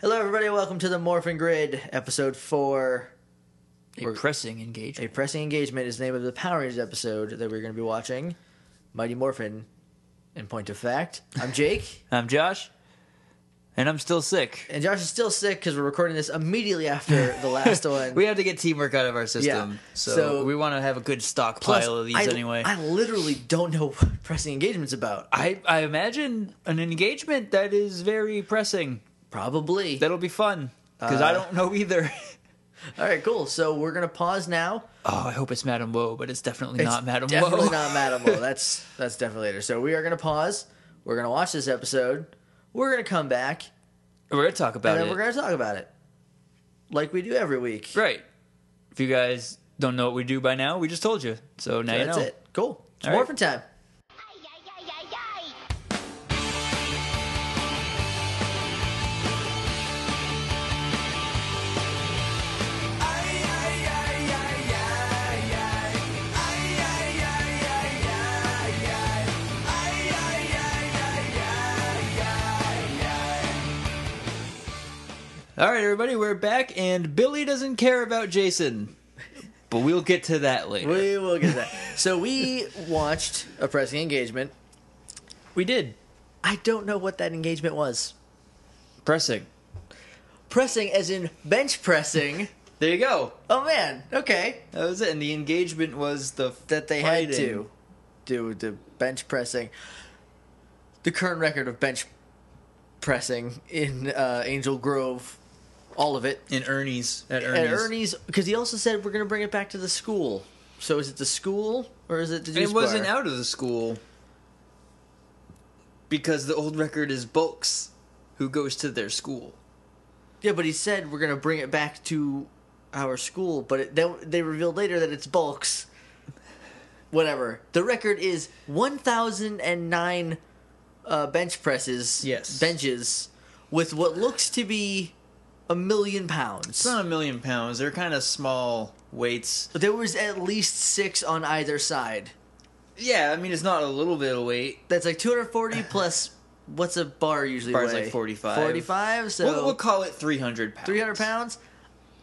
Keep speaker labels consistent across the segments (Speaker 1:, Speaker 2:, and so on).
Speaker 1: Hello, everybody. Welcome to the Morphin Grid, episode four.
Speaker 2: A
Speaker 1: We're-
Speaker 2: pressing
Speaker 1: A
Speaker 2: engagement.
Speaker 1: pressing engagement is the name of the Power Rangers episode that we're going to be watching. Mighty Morphin. In point of fact, I'm Jake,
Speaker 2: I'm Um, Josh, and I'm still sick.
Speaker 1: and Josh is still sick because we're recording this immediately after the last one.
Speaker 2: We have to get teamwork out of our system,
Speaker 1: Yeah.
Speaker 2: so,
Speaker 1: So-
Speaker 2: we want to have a good stockpile
Speaker 1: Plus,
Speaker 2: of these
Speaker 1: I,
Speaker 2: anyway. I,
Speaker 1: I literally don't know what pressing engagement's about.
Speaker 2: I, imagine an engagement that is very pressing.
Speaker 1: Probably.
Speaker 2: That'll be fun because I
Speaker 1: Uh,
Speaker 2: don't know either.
Speaker 1: All right, cool. So we're gonna pause now.
Speaker 2: oh, I hope it's Madame Woe, but it's definitely
Speaker 1: It's
Speaker 2: not Madame
Speaker 1: Definitely
Speaker 2: Woe.
Speaker 1: not Madam Woe. That's that's definitely later. So we are gonna pause. We're gonna watch this episode. We're gonna come back,
Speaker 2: We're gonna talk about
Speaker 1: and then
Speaker 2: it,
Speaker 1: we're gonna talk about it, like we do every week.
Speaker 2: right? If you guys don't know what we do by now, we just told you. So now
Speaker 1: That's
Speaker 2: you know.
Speaker 1: it. Cool. It's
Speaker 2: All right.
Speaker 1: morphin' time.
Speaker 3: Ay, ay, ay, ay, ay.
Speaker 2: All right, everybody, we're back, and Billy doesn't care about Jason, but we'll get to that later.
Speaker 1: We will get that. so we watched a pressing engagement.
Speaker 2: we did
Speaker 1: I don't know what that engagement was.
Speaker 2: pressing.
Speaker 1: Pressing, as in bench pressing.
Speaker 2: There you go.
Speaker 1: Oh man. Okay.
Speaker 2: That was it. And the engagement was the
Speaker 1: That they had to do the bench pressing. The current record of bench pressing in uh, Angel Grove, all of it.
Speaker 2: in Ernie's at
Speaker 1: And
Speaker 2: Ernie's.
Speaker 1: Ernie's, because he also said we're going to bring it back to the school. So is it the school or is it the
Speaker 2: And
Speaker 1: juice
Speaker 2: it wasn't
Speaker 1: bar?
Speaker 2: out of the school because the old record is Bulks, who goes to their school.
Speaker 1: Yeah, but he said we're gonna bring it back to our school, but it, they, they revealed later that it's bulks. Whatever. The record is 1,009 uh, bench presses.
Speaker 2: Yes.
Speaker 1: Benches with what looks to be a million pounds.
Speaker 2: It's not a million pounds. They're kind of small weights.
Speaker 1: There was at least six on either side.
Speaker 2: Yeah, I mean it's not a little bit of weight.
Speaker 1: That's like 240 plus what's a bar usually?
Speaker 2: Bar's
Speaker 1: weigh?
Speaker 2: like 45.
Speaker 1: 45, so
Speaker 2: we'll, we'll call it 300 pounds.
Speaker 1: 300 pounds.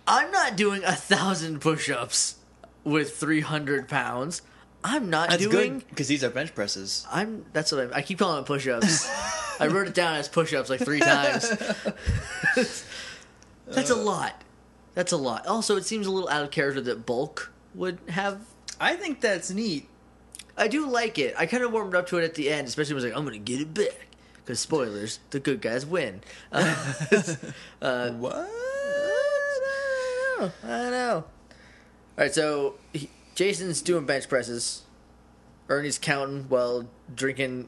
Speaker 1: I'm not doing a thousand push-ups with 300 pounds. I'm not
Speaker 2: That's
Speaker 1: doing.
Speaker 2: good because these are bench presses.
Speaker 1: I'm. That's what I. I keep calling it push-ups. I wrote it down as push-ups like three times. that's a lot. That's a lot. Also, it seems a little out of character that bulk would have.
Speaker 2: I think that's neat.
Speaker 1: I do like it. I kind of warmed up to it at the end, especially when I was like, "I'm gonna get it back." Because spoilers, the good guys win. Uh,
Speaker 2: Uh, what?
Speaker 1: oh, I don't know. All right, so he, Jason's doing bench presses. Ernie's counting while drinking.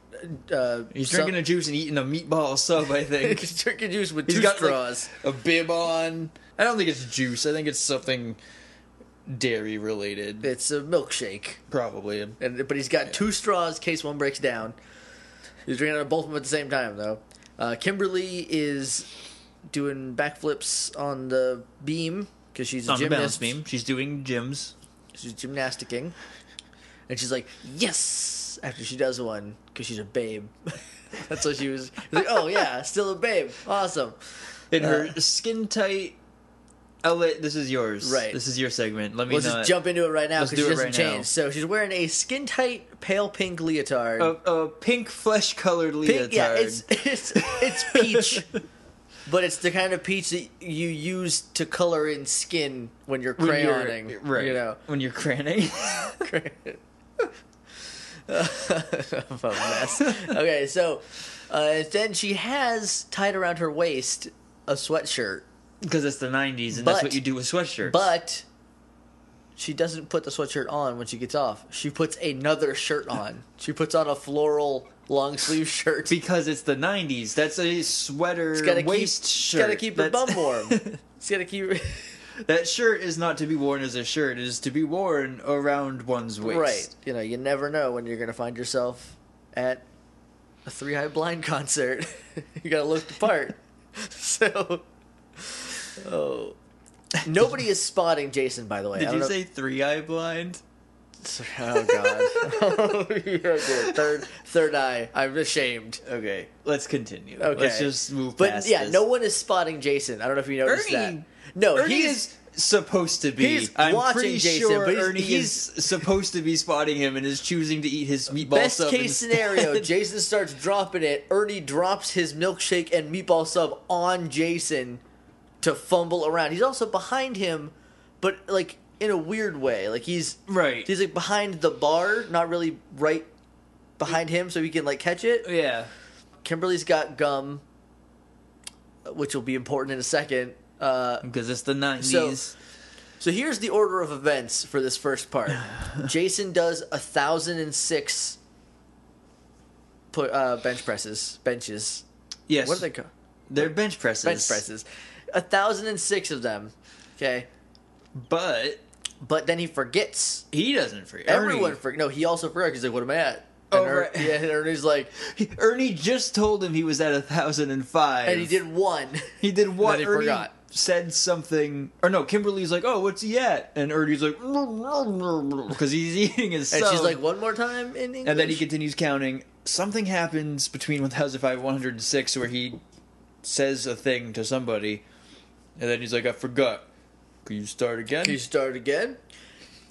Speaker 1: Uh,
Speaker 2: He's drinking a juice and eating a meatball sub. I think
Speaker 1: he's drinking juice with
Speaker 2: He's
Speaker 1: two
Speaker 2: got
Speaker 1: straws.
Speaker 2: Like, a bib on. I don't think it's juice. I think it's something dairy related,
Speaker 1: it's a milkshake,
Speaker 2: probably.
Speaker 1: and but he's got two straws in case one breaks down. He's drinking out of both of them at the same time, though. Uh, Kimberly is doing backflips on the beam because she's a
Speaker 2: on the balance
Speaker 1: gymnast.
Speaker 2: beam, she's doing gyms.
Speaker 1: She's gymnasticking. And she's like, yes! After she does one, because she's a babe. That's what she was. she's like, oh, yeah, still a babe. Awesome.
Speaker 2: In
Speaker 1: Uh,
Speaker 2: her skin tight. I'll let this is yours.
Speaker 1: Right.
Speaker 2: This is your segment. Let me
Speaker 1: Let's
Speaker 2: not-
Speaker 1: just jump into it right now
Speaker 2: uh, Let's
Speaker 1: because
Speaker 2: do
Speaker 1: she doesn't
Speaker 2: it right now.
Speaker 1: change. So she's wearing a skin tight, pale pink leotard.
Speaker 2: A, a pink flesh colored Oh, leotard.
Speaker 1: Pink, yeah, it's, it's, it's peach. But it's the kind of peach that you use to color in skin when you're
Speaker 2: When you're-
Speaker 1: crayoning,
Speaker 2: right?
Speaker 1: You know,
Speaker 2: when you're craning.
Speaker 1: I'm a mess. okay, so uh, then she has tied around her waist a sweatshirt,
Speaker 2: Because it's the 90s, and that's
Speaker 1: But-
Speaker 2: what you do with sweatshirts.
Speaker 1: but she doesn't put the sweatshirt on when she gets off. She puts another shirt on. She puts on a floral long sleeve shirt.
Speaker 2: because it's the 90s, that's a sweater
Speaker 1: It's gotta
Speaker 2: waist
Speaker 1: keep,
Speaker 2: shirt.
Speaker 1: Gotta keep her
Speaker 2: That's-
Speaker 1: bum warm. It's gotta keep
Speaker 2: that shirt is not to be worn as a shirt; it is to be worn around one's waist.
Speaker 1: right. You know, you never know when you're gonna find yourself at a three high blind concert. you gotta look the part. so, oh, nobody is spotting Jason. By the way, I
Speaker 2: Did
Speaker 1: don't
Speaker 2: you
Speaker 1: know-
Speaker 2: say three eye blind?
Speaker 1: Oh god. Okay, third third eye. I'm ashamed.
Speaker 2: Okay, let's continue.
Speaker 1: Okay.
Speaker 2: Let's just move
Speaker 1: But
Speaker 2: past
Speaker 1: yeah,
Speaker 2: this.
Speaker 1: no one is spotting Jason. I don't know if you noticed that.
Speaker 2: Ernie-
Speaker 1: No,
Speaker 2: Ernie
Speaker 1: he
Speaker 2: is supposed to be.
Speaker 1: he's
Speaker 2: I'm
Speaker 1: watching
Speaker 2: pretty
Speaker 1: Jason,
Speaker 2: sure
Speaker 1: but he's-
Speaker 2: Ernie
Speaker 1: he's-
Speaker 2: is supposed to be spotting him and is choosing to eat his meatball
Speaker 1: Best
Speaker 2: sub
Speaker 1: case
Speaker 2: instead.
Speaker 1: scenario, Jason starts dropping it. Ernie drops his milkshake and meatball sub on Jason to fumble around. He's also behind him, but like in a weird way. Like he's
Speaker 2: Right.
Speaker 1: He's like behind the bar, not really right behind him, so he can like catch it.
Speaker 2: yeah.
Speaker 1: Kimberly's got gum, which will be important in a second. Uh,
Speaker 2: Because it's the 90s.
Speaker 1: so here's the order of events for this first part. Jason does a thousand and six put uh, bench presses, benches.
Speaker 2: yes.
Speaker 1: What are they called?
Speaker 2: They're bench presses.
Speaker 1: Bench presses. A thousand and six of them. Okay,
Speaker 2: But
Speaker 1: but then he forgets.
Speaker 2: he doesn't forget.
Speaker 1: Everyone for no, he also forgot. He's like, "What am I at?" And
Speaker 2: Oh,
Speaker 1: Er-
Speaker 2: right.
Speaker 1: yeah, and Ernie's like,
Speaker 2: Ernie, Ernie just told him he was at 1,005.
Speaker 1: and he did one.
Speaker 2: He did what?
Speaker 1: Then he
Speaker 2: Ernie
Speaker 1: forgot.
Speaker 2: said something. Or no, Kimberly's like, oh, what's he at? And Ernie's like, because he's eating his
Speaker 1: And
Speaker 2: sub.
Speaker 1: she's like, "One more time in English."
Speaker 2: And then he continues counting. Something happens between 1005 and 106 where he says a thing to somebody, and then he's like, I forgot. Can you start again?
Speaker 1: Can you start again?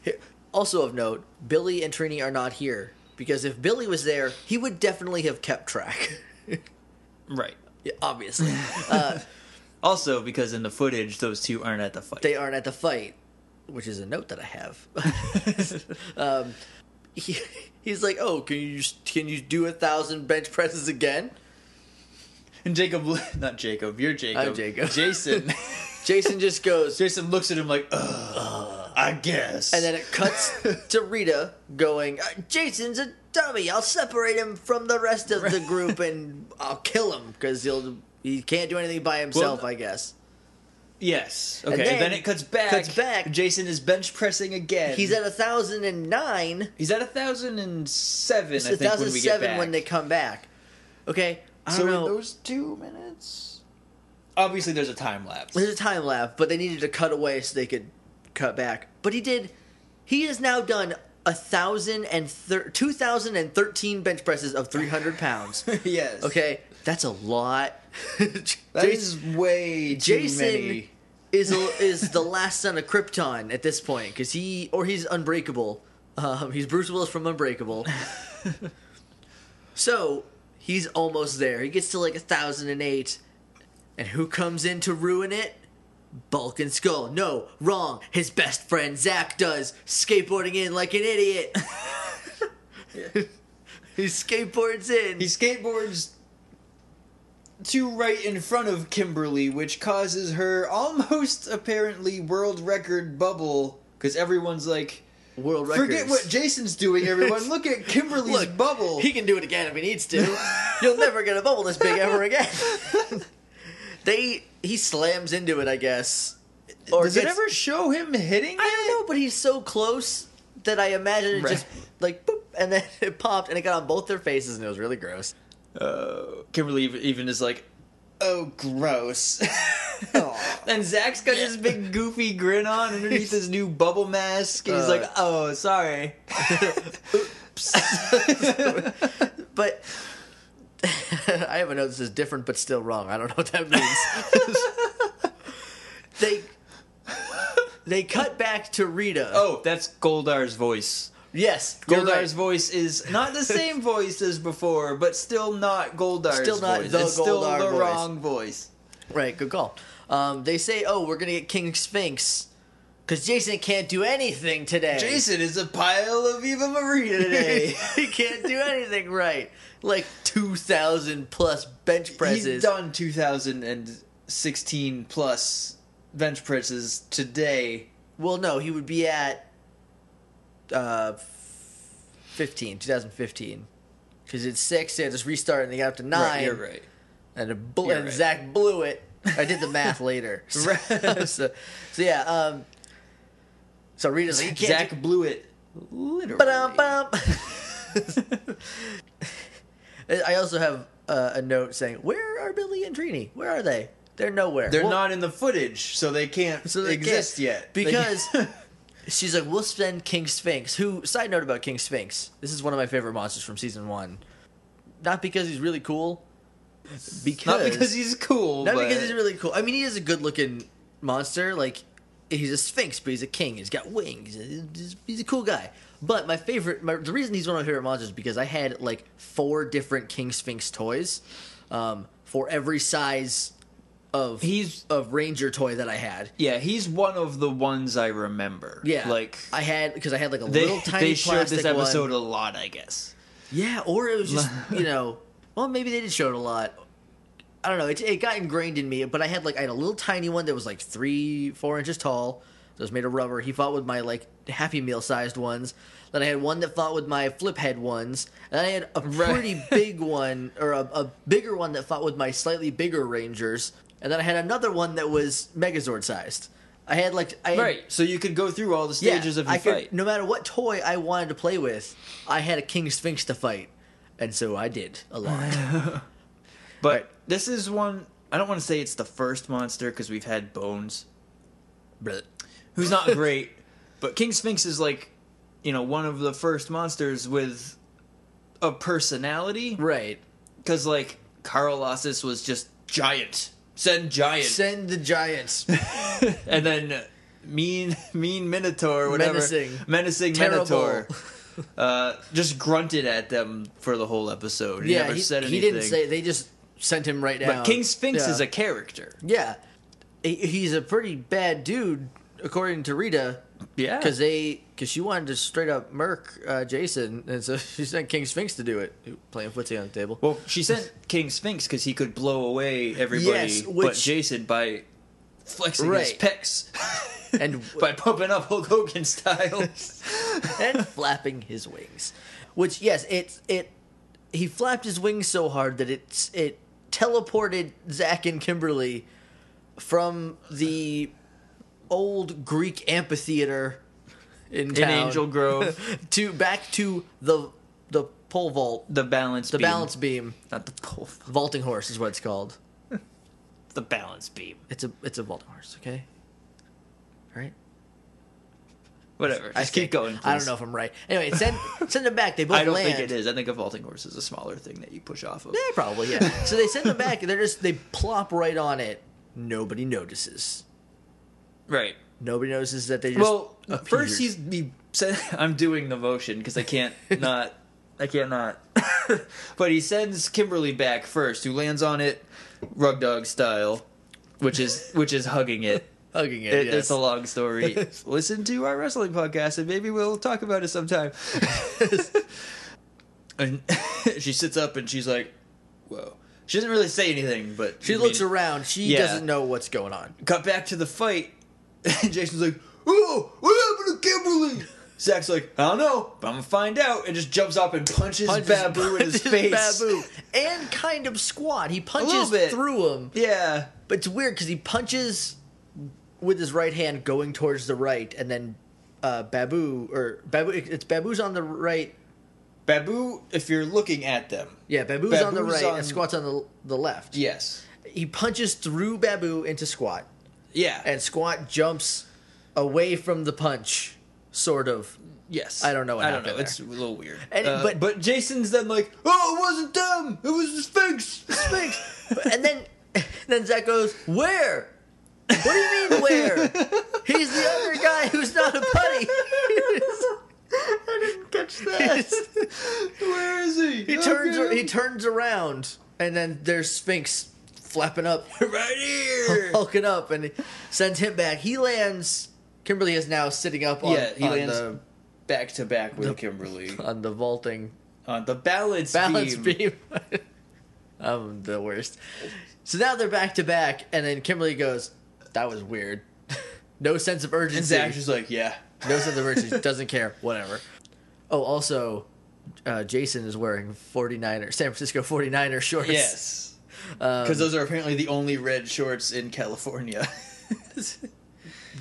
Speaker 1: Here- Also of note, Billy and Trini are not here because if Billy was there, he would definitely have kept track.
Speaker 2: Right.
Speaker 1: Yeah, Obviously, uh,
Speaker 2: Also, because in the footage, those two aren't at the fight.
Speaker 1: they aren't at the fight, which is a note that I have. um, he, he's like, "Oh, can you can you do a thousand bench presses again?"
Speaker 2: and Jacob, not Jacob, you're Jacob.
Speaker 1: I'm Jacob.
Speaker 2: Jason.
Speaker 1: Jason just goes,
Speaker 2: Jason looks at him like, Ugh, I guess.
Speaker 1: and then it cuts to Rita going, "Uh, "Jason's a dummy. I'll separate him from the rest of the group and I'll kill him because he'll he can't do anything by himself.
Speaker 2: Well,
Speaker 1: I guess
Speaker 2: yes. Okay.
Speaker 1: And
Speaker 2: And then,
Speaker 1: then-
Speaker 2: it cuts back.
Speaker 1: cuts back.
Speaker 2: Jason is bench pressing again.
Speaker 1: he's at a thousand and nine.
Speaker 2: He's at 1007. I
Speaker 1: It's a
Speaker 2: think
Speaker 1: thousand
Speaker 2: when we get
Speaker 1: seven
Speaker 2: back.
Speaker 1: when they come back. Okay, I don't
Speaker 2: So in
Speaker 1: know.
Speaker 2: those two minutes, obviously there's a time lapse.
Speaker 1: There's a time lapse, but they needed to cut away so they could cut back. But he did. He has now done a thousand and thir- two thousand and thirteen bench presses of three hundred pounds.
Speaker 2: yes.
Speaker 1: Okay, that's a lot.
Speaker 2: That
Speaker 1: Jason-
Speaker 2: is way too
Speaker 1: Jason
Speaker 2: many.
Speaker 1: is is the last son of Krypton at this point because he or he's unbreakable. Um, he's Bruce Willis from Unbreakable. so he's almost there. He gets to like a thousand and eight, and who comes in to ruin it? Bulk and Skull. No, wrong. His best friend Zach does skateboarding in like an idiot. he skateboards in.
Speaker 2: He skateboards to right in front of Kimberly, which causes her almost apparently world record bubble because everyone's like,
Speaker 1: world records.
Speaker 2: forget what Jason's doing, everyone. Look at Kimberly's
Speaker 1: Look,
Speaker 2: bubble.
Speaker 1: He can do it again if he needs to. You'll never get a bubble this big ever again. they he slams into it, I guess. Or
Speaker 2: Does it
Speaker 1: gets-
Speaker 2: ever show him hitting
Speaker 1: I
Speaker 2: it?
Speaker 1: don't know, but he's so close that I imagine it
Speaker 2: Right.
Speaker 1: just like boop, and then it popped and it got on both their faces and it was really gross.
Speaker 2: uh, Kimberly ev- even is like, "Oh, gross." and Zach's got his big goofy grin on underneath his new bubble mask, and he's
Speaker 1: Uh,
Speaker 2: like, "Oh, sorry."
Speaker 1: But I have a note this is different but still wrong. I don't know what that means. they they cut back to Rita.
Speaker 2: oh, that's Goldar's voice.
Speaker 1: yes, you're right.
Speaker 2: Goldar's voice is not the same voice as before, but still not Goldar's
Speaker 1: Still not
Speaker 2: voice.
Speaker 1: the
Speaker 2: it's still
Speaker 1: Goldar
Speaker 2: the
Speaker 1: voice.
Speaker 2: wrong voice.
Speaker 1: Right, good call. Um, they say, "Oh, we're gonna get King Sphinx," because Jason can't do anything today.
Speaker 2: Jason is a pile of Eva Maria today.
Speaker 1: he can't do anything right. Like two thousand plus bench
Speaker 2: He's
Speaker 1: presses.
Speaker 2: done 2016 plus bench presses today.
Speaker 1: Well, no, he would be at uh, f- fifteen, 2015. Because it's six, they had to restart, and they got up to nine.
Speaker 2: Right, you're right.
Speaker 1: and, it bl-
Speaker 2: You're
Speaker 1: and
Speaker 2: right.
Speaker 1: Zach blew it. I did the math later. So,
Speaker 2: Right.
Speaker 1: so, so, yeah. Um, so Rita's like, you can't
Speaker 2: Zach
Speaker 1: do-
Speaker 2: blew it literally.
Speaker 1: Ba-dum-bum. I also have uh, a note saying, "Where are Billy and Trini? Where are they? They're nowhere.
Speaker 2: They're
Speaker 1: Well,
Speaker 2: not in the footage, so they can't
Speaker 1: so they
Speaker 2: exist
Speaker 1: can't-
Speaker 2: yet. They-
Speaker 1: because She's like, we'll spend King Sphinx. Who? Side note about King Sphinx. This is one of my favorite monsters from season one. Not because he's really cool. Because
Speaker 2: Not because he's cool.
Speaker 1: not
Speaker 2: but-
Speaker 1: because he's really cool. I mean, he is a good looking monster. Like, he's a sphinx, but he's a king. He's got wings. He's, he's a cool guy. But my favorite, my, the reason he's one of my favorite monsters is because I had like four different king sphinx toys, um, for every size of
Speaker 2: He's-
Speaker 1: of ranger toy that I had.
Speaker 2: Yeah, he's one of the ones I remember.
Speaker 1: Yeah,
Speaker 2: like
Speaker 1: I had because I had like a
Speaker 2: they
Speaker 1: little tiny
Speaker 2: they showed
Speaker 1: plastic
Speaker 2: this episode
Speaker 1: one.
Speaker 2: a lot, I guess.
Speaker 1: Yeah, or it was just you know, well maybe they did show it a lot. I don't know. It, it got ingrained in me, but I had like I had a little tiny one that was like three, four inches tall. That was made of rubber. He fought with my like Happy Meal sized ones. Then I had one that fought with my flip head ones, and I had a
Speaker 2: Right.
Speaker 1: pretty big one or a, a bigger one that fought with my slightly bigger Rangers. And then I had another one that was Megazord sized. I had like I had
Speaker 2: Right. So you could go through all the stages of your
Speaker 1: I could-
Speaker 2: fight.
Speaker 1: no matter what toy I wanted to play with, I had a King Sphinx to fight, and so I did a lot.
Speaker 2: but
Speaker 1: right.
Speaker 2: this is one. I don't want to say it's the first monster because we've had Bones,
Speaker 1: Blech.
Speaker 2: who's not great, but King Sphinx is like, you know, one of the first monsters with a personality.
Speaker 1: right.
Speaker 2: Because like Carl Lossus was just giant, send giant,
Speaker 1: Send the giants.
Speaker 2: and then mean mean minotaur whatever
Speaker 1: Menacing.
Speaker 2: menacing
Speaker 1: Terrible.
Speaker 2: minotaur uh, just grunted at them for the whole episode he
Speaker 1: yeah,
Speaker 2: never
Speaker 1: he,
Speaker 2: said
Speaker 1: he
Speaker 2: anything
Speaker 1: didn't say. They just sent him right down.
Speaker 2: but king sphinx
Speaker 1: Yeah.
Speaker 2: is a character
Speaker 1: yeah. He- He's a pretty bad dude, according to Rita,
Speaker 2: yeah
Speaker 1: because they because she wanted to straight up murk uh, Jason, and so she sent King Sphinx to do it, Ooh, playing footsie on the table.
Speaker 2: well she sent king sphinx because he could blow away everybody
Speaker 1: Yes,
Speaker 2: but
Speaker 1: which-
Speaker 2: jason by flexing
Speaker 1: Right.
Speaker 2: his pecs
Speaker 1: And-
Speaker 2: by pumping up hulk hogan style
Speaker 1: and flapping his wings. Which yes, it it he flapped his wings so hard that it's it teleported Zach and Kimberly from the old Greek amphitheater in,
Speaker 2: in
Speaker 1: town
Speaker 2: angel grove
Speaker 1: to back to the the pole vault,
Speaker 2: the balance
Speaker 1: the balance beam,
Speaker 2: not the pole
Speaker 1: vaulting horse is what it's called.
Speaker 2: the balance beam
Speaker 1: It's a it's a vaulting horse, okay? All right.
Speaker 2: whatever
Speaker 1: I
Speaker 2: just keep
Speaker 1: think-
Speaker 2: going
Speaker 1: I
Speaker 2: please.
Speaker 1: don't know if I'm right. Anyway, send send them back. They both
Speaker 2: I don't
Speaker 1: land.
Speaker 2: think it is. I think a vaulting horse is a smaller thing that you push off of.
Speaker 1: Yeah, probably. Yeah. so they send them back. and They're just they plop right on it. Nobody notices.
Speaker 2: Right.
Speaker 1: Nobody notices that they just.
Speaker 2: Well,
Speaker 1: appeared.
Speaker 2: first he's he said, "I'm doing the motion because I can't not, I can't not." but he sends Kimberly back first, who lands on it, rug dog style, which is which is hugging it.
Speaker 1: hugging it.
Speaker 2: It-
Speaker 1: yes.
Speaker 2: It's a long story. Listen to our wrestling podcast, and maybe we'll talk about it sometime. and she sits up and she's like, "Whoa." She doesn't really say anything, but
Speaker 1: she
Speaker 2: I
Speaker 1: looks
Speaker 2: mean-
Speaker 1: around. She
Speaker 2: Yeah.
Speaker 1: doesn't know what's going on.
Speaker 2: Cut back to the fight, and Jason's like, "Oh, what happened to Kimberly?" Zach's like, "I don't know, but I'm gonna find out," and just jumps up and punches,
Speaker 1: Punches-
Speaker 2: Babu in his
Speaker 1: punches
Speaker 2: face.
Speaker 1: Babu and kind of squat. He punches
Speaker 2: bit.
Speaker 1: through him,
Speaker 2: Yeah,
Speaker 1: but it's weird because he punches with his right hand going towards the right, and then uh, Babu or Babu. It's Babu's on the right.
Speaker 2: Babu. If you're looking at them,
Speaker 1: Yeah, Babu's, on the
Speaker 2: Babu's
Speaker 1: right
Speaker 2: on-
Speaker 1: and Squat's on the the left.
Speaker 2: yes,
Speaker 1: He punches through Babu into Squat.
Speaker 2: yeah,
Speaker 1: and Squat jumps away from the punch, sort of.
Speaker 2: yes.
Speaker 1: I don't know what
Speaker 2: I don't know.
Speaker 1: happened
Speaker 2: It's a little weird.
Speaker 1: And-
Speaker 2: Uh,
Speaker 1: but-
Speaker 2: but Jason's then like, "Oh, it wasn't them. It was the Sphinx." Sphinx.
Speaker 1: And then, then Zach goes, "Where? What do you mean where? He's the other guy who's not a putty."
Speaker 2: I didn't catch that. Where is he?
Speaker 1: he turns. He turns around, and then there's Sphinx flapping up,
Speaker 2: right here.
Speaker 1: hulking up, and sends him back. He lands. Kimberly is now sitting up on,
Speaker 2: yeah, he
Speaker 1: on
Speaker 2: lands
Speaker 1: the
Speaker 2: back to back with Kimberly
Speaker 1: on the vaulting
Speaker 2: on the balance,
Speaker 1: balance
Speaker 2: beam.
Speaker 1: beam. I'm the worst. So now they're back to back, and then Kimberly goes, "That was weird. no sense of urgency.
Speaker 2: And Zach's just like, yeah,
Speaker 1: no sense of urgency. Doesn't care. Whatever." Oh, also, uh, Jason is wearing 49er San Francisco 49er shorts. um,
Speaker 2: yes, because those are apparently the only red shorts in California.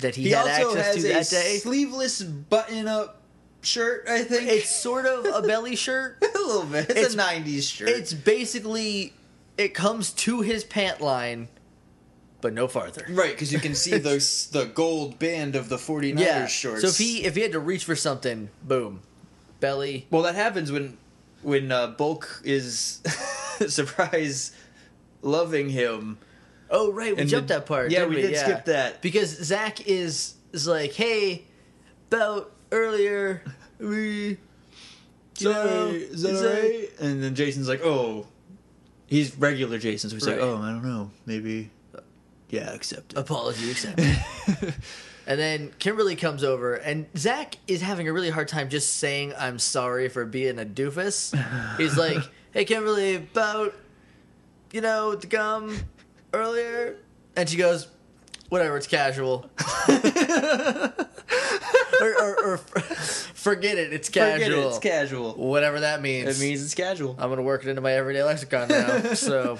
Speaker 1: that he,
Speaker 2: He
Speaker 1: had
Speaker 2: also
Speaker 1: access
Speaker 2: has
Speaker 1: to
Speaker 2: a
Speaker 1: that day.
Speaker 2: sleeveless button-up shirt. I think
Speaker 1: It's sort of a belly shirt.
Speaker 2: a little bit. It's,
Speaker 1: it's-
Speaker 2: a '90s shirt.
Speaker 1: It's basically it comes to his pant line, but no farther.
Speaker 2: Right, because you can see the the gold band of the 49ers
Speaker 1: Yeah.
Speaker 2: shorts.
Speaker 1: So if he if he had to reach for something, boom, belly.
Speaker 2: well, that happens when when uh, Bulk is surprise loving him.
Speaker 1: Oh right, we
Speaker 2: And
Speaker 1: jumped
Speaker 2: the-
Speaker 1: that part.
Speaker 2: yeah,
Speaker 1: didn't
Speaker 2: we did skip that.
Speaker 1: because Zach is is like, hey, about earlier we. you know,
Speaker 2: is that
Speaker 1: it's
Speaker 2: all
Speaker 1: like-
Speaker 2: right? And then Jason's like, oh, he's regular Jason, so he's
Speaker 1: Right. Uh,
Speaker 2: like, oh, I don't know, maybe, yeah, accept it.
Speaker 1: Apology accepted. and then Kimberly comes over, and Zach is having a really hard time just saying I'm sorry for being a doofus. He's like, "Hey, Kimberly, about you know the gum earlier," and she goes, "Whatever, it's casual." or, or, or forget it, it's casual.
Speaker 2: Forget it, it's casual.
Speaker 1: Whatever that means.
Speaker 2: It means Uh, it's casual.
Speaker 1: I'm gonna work it into my everyday lexicon now. so,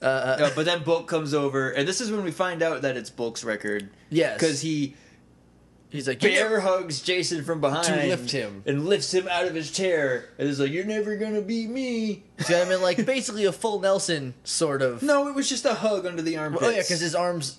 Speaker 1: uh,
Speaker 2: No, but then Bulk comes over, and this is when we find out that it's Bulk's record.
Speaker 1: Yes.
Speaker 2: Because he
Speaker 1: he's like, "You
Speaker 2: bear hugs Jason from behind
Speaker 1: lift him.
Speaker 2: and lifts him out of his chair, and is like, "You're never gonna beat me."
Speaker 1: See what I mean? Like basically a full Nelson sort of.
Speaker 2: No, it was just a hug under the armpits.
Speaker 1: Oh yeah, because his arms,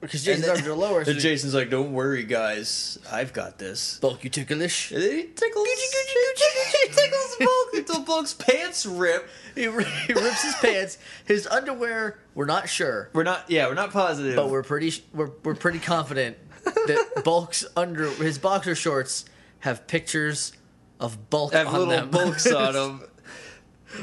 Speaker 1: because Jason's
Speaker 2: And
Speaker 1: arms
Speaker 2: then-
Speaker 1: are lower. So
Speaker 2: And Jason's like, "Don't worry, guys, I've got this."
Speaker 1: bulk you ticklish.
Speaker 2: And then he tickles, he tickles Bulk until Bulk's pants rip.
Speaker 1: He, r- he rips his pants. His underwear. We're not sure,
Speaker 2: We're not, yeah, we're not positive.
Speaker 1: but we're pretty. sh- We're we're pretty confident that Bulk's under his boxer shorts have pictures of Bulk
Speaker 2: have
Speaker 1: on
Speaker 2: little
Speaker 1: them.
Speaker 2: Bulks on them.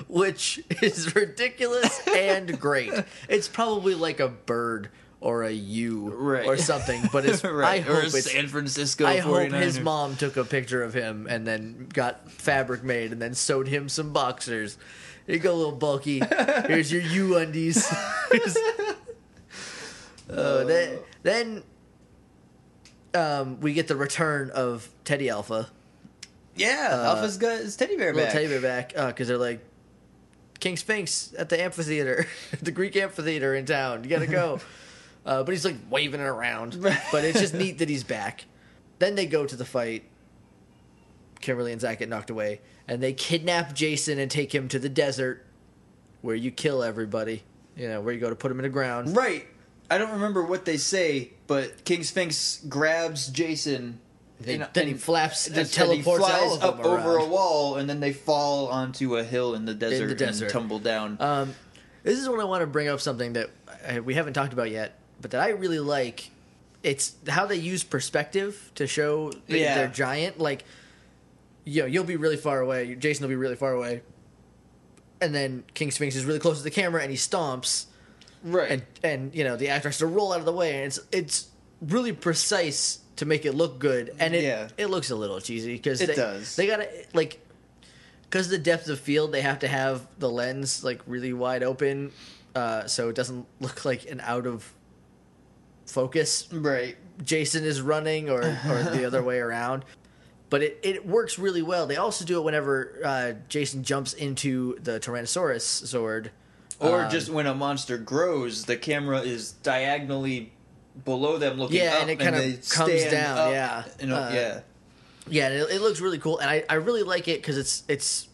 Speaker 1: which is ridiculous and great. It's probably like a bird or a U
Speaker 2: Right.
Speaker 1: or something, but it's, I
Speaker 2: right,
Speaker 1: hope
Speaker 2: or
Speaker 1: it's
Speaker 2: San Francisco.
Speaker 1: I hope
Speaker 2: 49ers.
Speaker 1: his mom took a picture of him and then got fabric made and then sewed him some boxers. Here you go, little bulky. Here's your U undies. oh, then, then um, we get the return of Teddy Alpha.
Speaker 2: Yeah, Alpha's got his teddy bear
Speaker 1: uh, Little
Speaker 2: back.
Speaker 1: Teddy Bear back because they're like King Sphinx at the amphitheater, the Greek amphitheater in town. You gotta go. uh, but he's like waving it around. but it's just neat that he's back. Then they go to the fight. Kimberly and Zach get knocked away, and they kidnap Jason and take him to the desert, where you kill everybody. You know where you go to put him in the ground.
Speaker 2: Right. I don't remember what they say, but King Sphinx grabs Jason.
Speaker 1: They- then he flaps and teleports all of them
Speaker 2: up over
Speaker 1: around.
Speaker 2: a wall, and then they fall onto a hill in the desert,
Speaker 1: desert.
Speaker 2: and tumble down.
Speaker 1: Um, this is when I want to bring up something that I, we haven't talked about yet, but that I really like. It's how they use perspective to show that
Speaker 2: Yeah.
Speaker 1: they're giant. Like, you know, you'll be really far away. Jason will be really far away, and then King Sphinx is really close to the camera, and he stomps,
Speaker 2: right.
Speaker 1: and and you know the actor has to roll out of the way, and it's it's really precise to make it look good, and it
Speaker 2: Yeah.
Speaker 1: it looks a little cheesy because
Speaker 2: It
Speaker 1: they,
Speaker 2: does.
Speaker 1: They gotta like because the depth of field, they have to have the lens like really wide open, uh, so it doesn't look like an out of focus.
Speaker 2: right.
Speaker 1: Jason is running or or the other way around, but it it works really well. They also do it whenever uh, Jason jumps into the Tyrannosaurus sword.
Speaker 2: Or
Speaker 1: Um,
Speaker 2: just when a monster grows, the camera is diagonally below them looking
Speaker 1: Yeah,
Speaker 2: up
Speaker 1: and it kinda
Speaker 2: they
Speaker 1: comes
Speaker 2: stand
Speaker 1: down,
Speaker 2: up,
Speaker 1: yeah.
Speaker 2: you know,
Speaker 1: Uh,
Speaker 2: yeah.
Speaker 1: Yeah, and it, it looks really cool, and I, I really like it because it's it's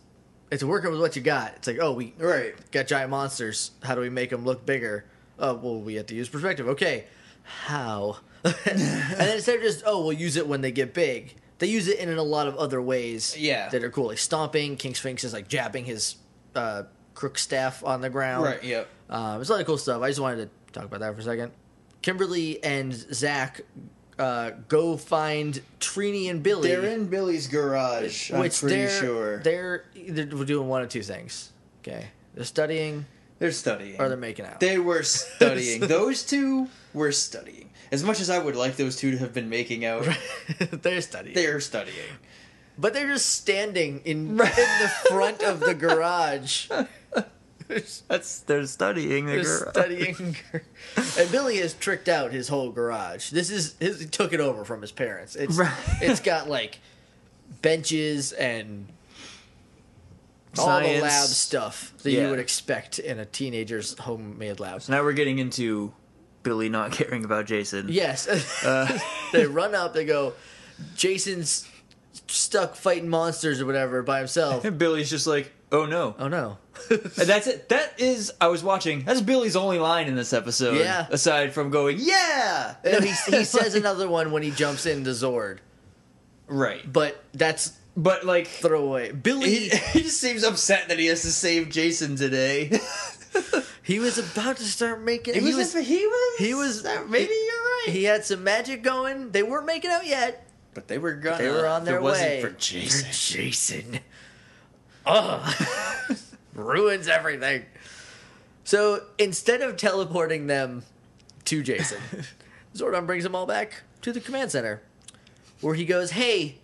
Speaker 1: it's working with what you got. It's like, oh, we
Speaker 2: Right.
Speaker 1: got giant monsters. How do we make them look bigger? Oh, well, we have to use perspective. Okay, how? and then instead of just oh, we'll use it when they get big. They use it in a lot of other ways.
Speaker 2: Yeah.
Speaker 1: that are cool, like stomping. King Sphinx is like jabbing his uh, crook staff on the ground.
Speaker 2: Right, yep.
Speaker 1: Um, it's a lot of cool stuff. I just wanted to talk about that for a second. Kimberly and Zach uh, go find Trini and Billy,
Speaker 2: They're in Billy's garage, I'm
Speaker 1: which
Speaker 2: pretty
Speaker 1: they're
Speaker 2: sure.
Speaker 1: they're either doing one of two things. Okay, they're studying
Speaker 2: They're studying.
Speaker 1: or they're making out.
Speaker 2: They were studying. those two were studying. As much as I would like those two to have been making out,
Speaker 1: they're studying,
Speaker 2: they're studying.
Speaker 1: but they're just standing in in the front of the garage.
Speaker 2: That's they're studying.
Speaker 1: They're studying, and Billy has tricked out his whole garage. This is his, he took it over from his parents. It's
Speaker 2: Right.
Speaker 1: it's got like benches and all the
Speaker 2: Science.
Speaker 1: lab stuff that you
Speaker 2: Yeah.
Speaker 1: would expect in a teenager's homemade lab.
Speaker 2: now we're getting into Billy not caring about Jason.
Speaker 1: Yes. they run up, they go, Jason's stuck fighting monsters or whatever by himself.
Speaker 2: And Billy's just like, Oh no.
Speaker 1: Oh no.
Speaker 2: And that's it. That is. I was watching. That's Billy's only line in this episode.
Speaker 1: Yeah.
Speaker 2: Aside from going, yeah.
Speaker 1: no, he, he says another one when he jumps into Zord,
Speaker 2: right.
Speaker 1: but that's
Speaker 2: But like,
Speaker 1: throwaway.
Speaker 2: he,
Speaker 1: Billy,
Speaker 2: he just seems upset that he has to save Jason today.
Speaker 1: he was about to start making. He was,
Speaker 2: he was.
Speaker 1: he was-
Speaker 2: Maybe you're right.
Speaker 1: he had some magic going. They weren't making out yet.
Speaker 2: but they were gonna.
Speaker 1: They were on
Speaker 2: If it
Speaker 1: their
Speaker 2: wasn't
Speaker 1: way.
Speaker 2: for Jason.
Speaker 1: Jason. Ugh. Ruins everything. So instead of teleporting them to Jason, Zordon brings them all back to the command center where he goes, Hey,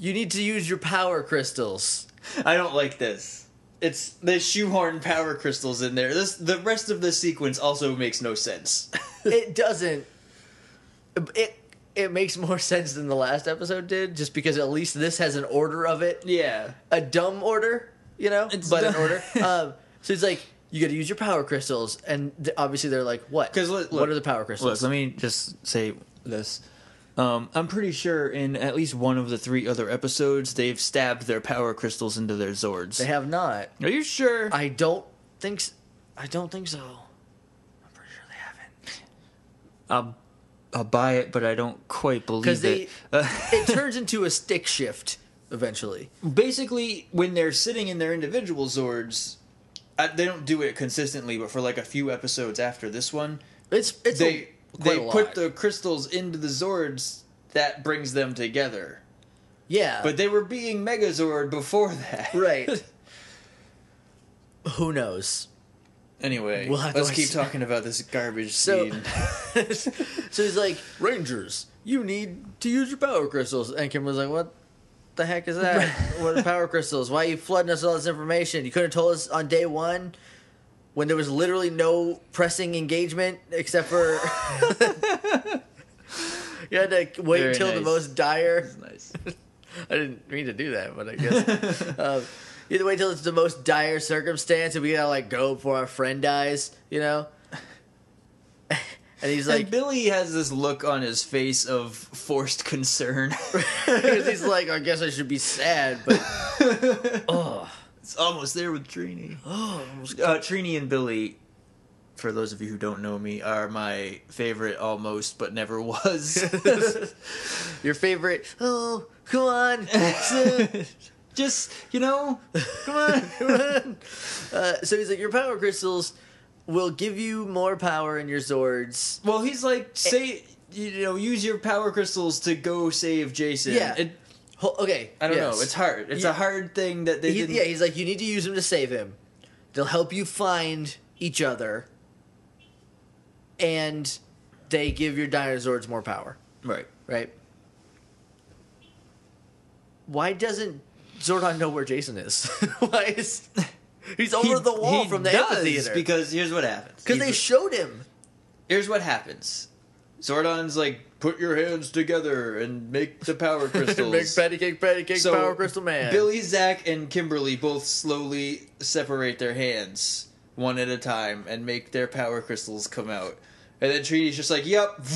Speaker 1: you need to use your power crystals.
Speaker 2: I don't like this. It's the shoehorn power crystals in there. This the rest of the sequence also makes no sense.
Speaker 1: It doesn't. It. It makes more sense than the last episode did, just because at least this has an order of it.
Speaker 2: yeah.
Speaker 1: a dumb order, you know,
Speaker 2: It's
Speaker 1: but an
Speaker 2: dumb.
Speaker 1: order. Um, so it's like you got to use your power crystals, and th- obviously they're like, what?
Speaker 2: 'Cause look-
Speaker 1: what
Speaker 2: look-
Speaker 1: are the power
Speaker 2: Look,
Speaker 1: crystals?
Speaker 2: let me just say this. Um, I'm pretty sure in at least one of the three other episodes, they've stabbed their power crystals into their Zords.
Speaker 1: they have not.
Speaker 2: Are you sure?
Speaker 1: I don't think. s I don't think so. I'm pretty sure they haven't.
Speaker 2: I'll, I'll buy it, but I don't quite believe
Speaker 1: 'Cause they-
Speaker 2: it. Uh,
Speaker 1: It turns into a stick shift eventually.
Speaker 2: basically, when they're sitting in their individual Zords, I, they don't do it consistently, but for like a few episodes after this one,
Speaker 1: It's it's a-
Speaker 2: they
Speaker 1: quite
Speaker 2: they
Speaker 1: a
Speaker 2: put
Speaker 1: lot.
Speaker 2: the crystals into the Zords that brings them together.
Speaker 1: yeah,
Speaker 2: But they were being Megazord before that,
Speaker 1: Right. who knows?
Speaker 2: Anyway,
Speaker 1: We'll have to
Speaker 2: let's
Speaker 1: watch-
Speaker 2: keep talking about this garbage
Speaker 1: So,
Speaker 2: scene.
Speaker 1: so he's like, Rangers, you need to use your power crystals. And Kim was like, What the heck is that? what are power crystals? Why are you flooding us with all this information? You could have told us on day one when there was literally no pressing engagement except for. you had to wait
Speaker 2: Very
Speaker 1: until the
Speaker 2: nice.
Speaker 1: most dire.
Speaker 2: nice.
Speaker 1: I didn't mean to do that, but I guess. um, you had to wait till it's the most dire circumstance and we gotta like go before our friend dies, you know? And he's like,
Speaker 2: Like Billy has this look on his face of forced concern.
Speaker 1: Because he's like, I guess I should be sad, but oh,
Speaker 2: it's almost there with Trini.
Speaker 1: oh,
Speaker 2: Uh, Trini and Billy, for those of you who don't know me, are my favorite almost but never was.
Speaker 1: your favorite. Oh, come on, so,
Speaker 2: Just you know,
Speaker 1: come on, come on. Uh, so he's like, your power crystals will give you more power in your Zords.
Speaker 2: well he's like say you know use your power crystals to go save Jason.
Speaker 1: Yeah.
Speaker 2: It,
Speaker 1: Ho- okay,
Speaker 2: I don't
Speaker 1: yes.
Speaker 2: know. It's hard. It's
Speaker 1: Yeah.
Speaker 2: a hard thing that they
Speaker 1: He-
Speaker 2: didn't.
Speaker 1: yeah, he's like, you need to use them to save him. They'll help you find each other, and they give your Dinozords more power.
Speaker 2: Right.
Speaker 1: right? Why doesn't Zordon know where Jason is? Why is he's over
Speaker 2: He-
Speaker 1: the wall
Speaker 2: he
Speaker 1: from the
Speaker 2: does,
Speaker 1: amphitheater? Because
Speaker 2: Because here's what happens.
Speaker 1: they
Speaker 2: He's-
Speaker 1: showed him.
Speaker 2: here's what happens. Zordon's like, put your hands together and make the power crystals.
Speaker 1: Big patty cake, patty cake,
Speaker 2: So,
Speaker 1: power crystal man.
Speaker 2: Billy, Zach, and Kimberly both slowly separate their hands one at a time and make their power crystals come out. And then Trini's just like, yep.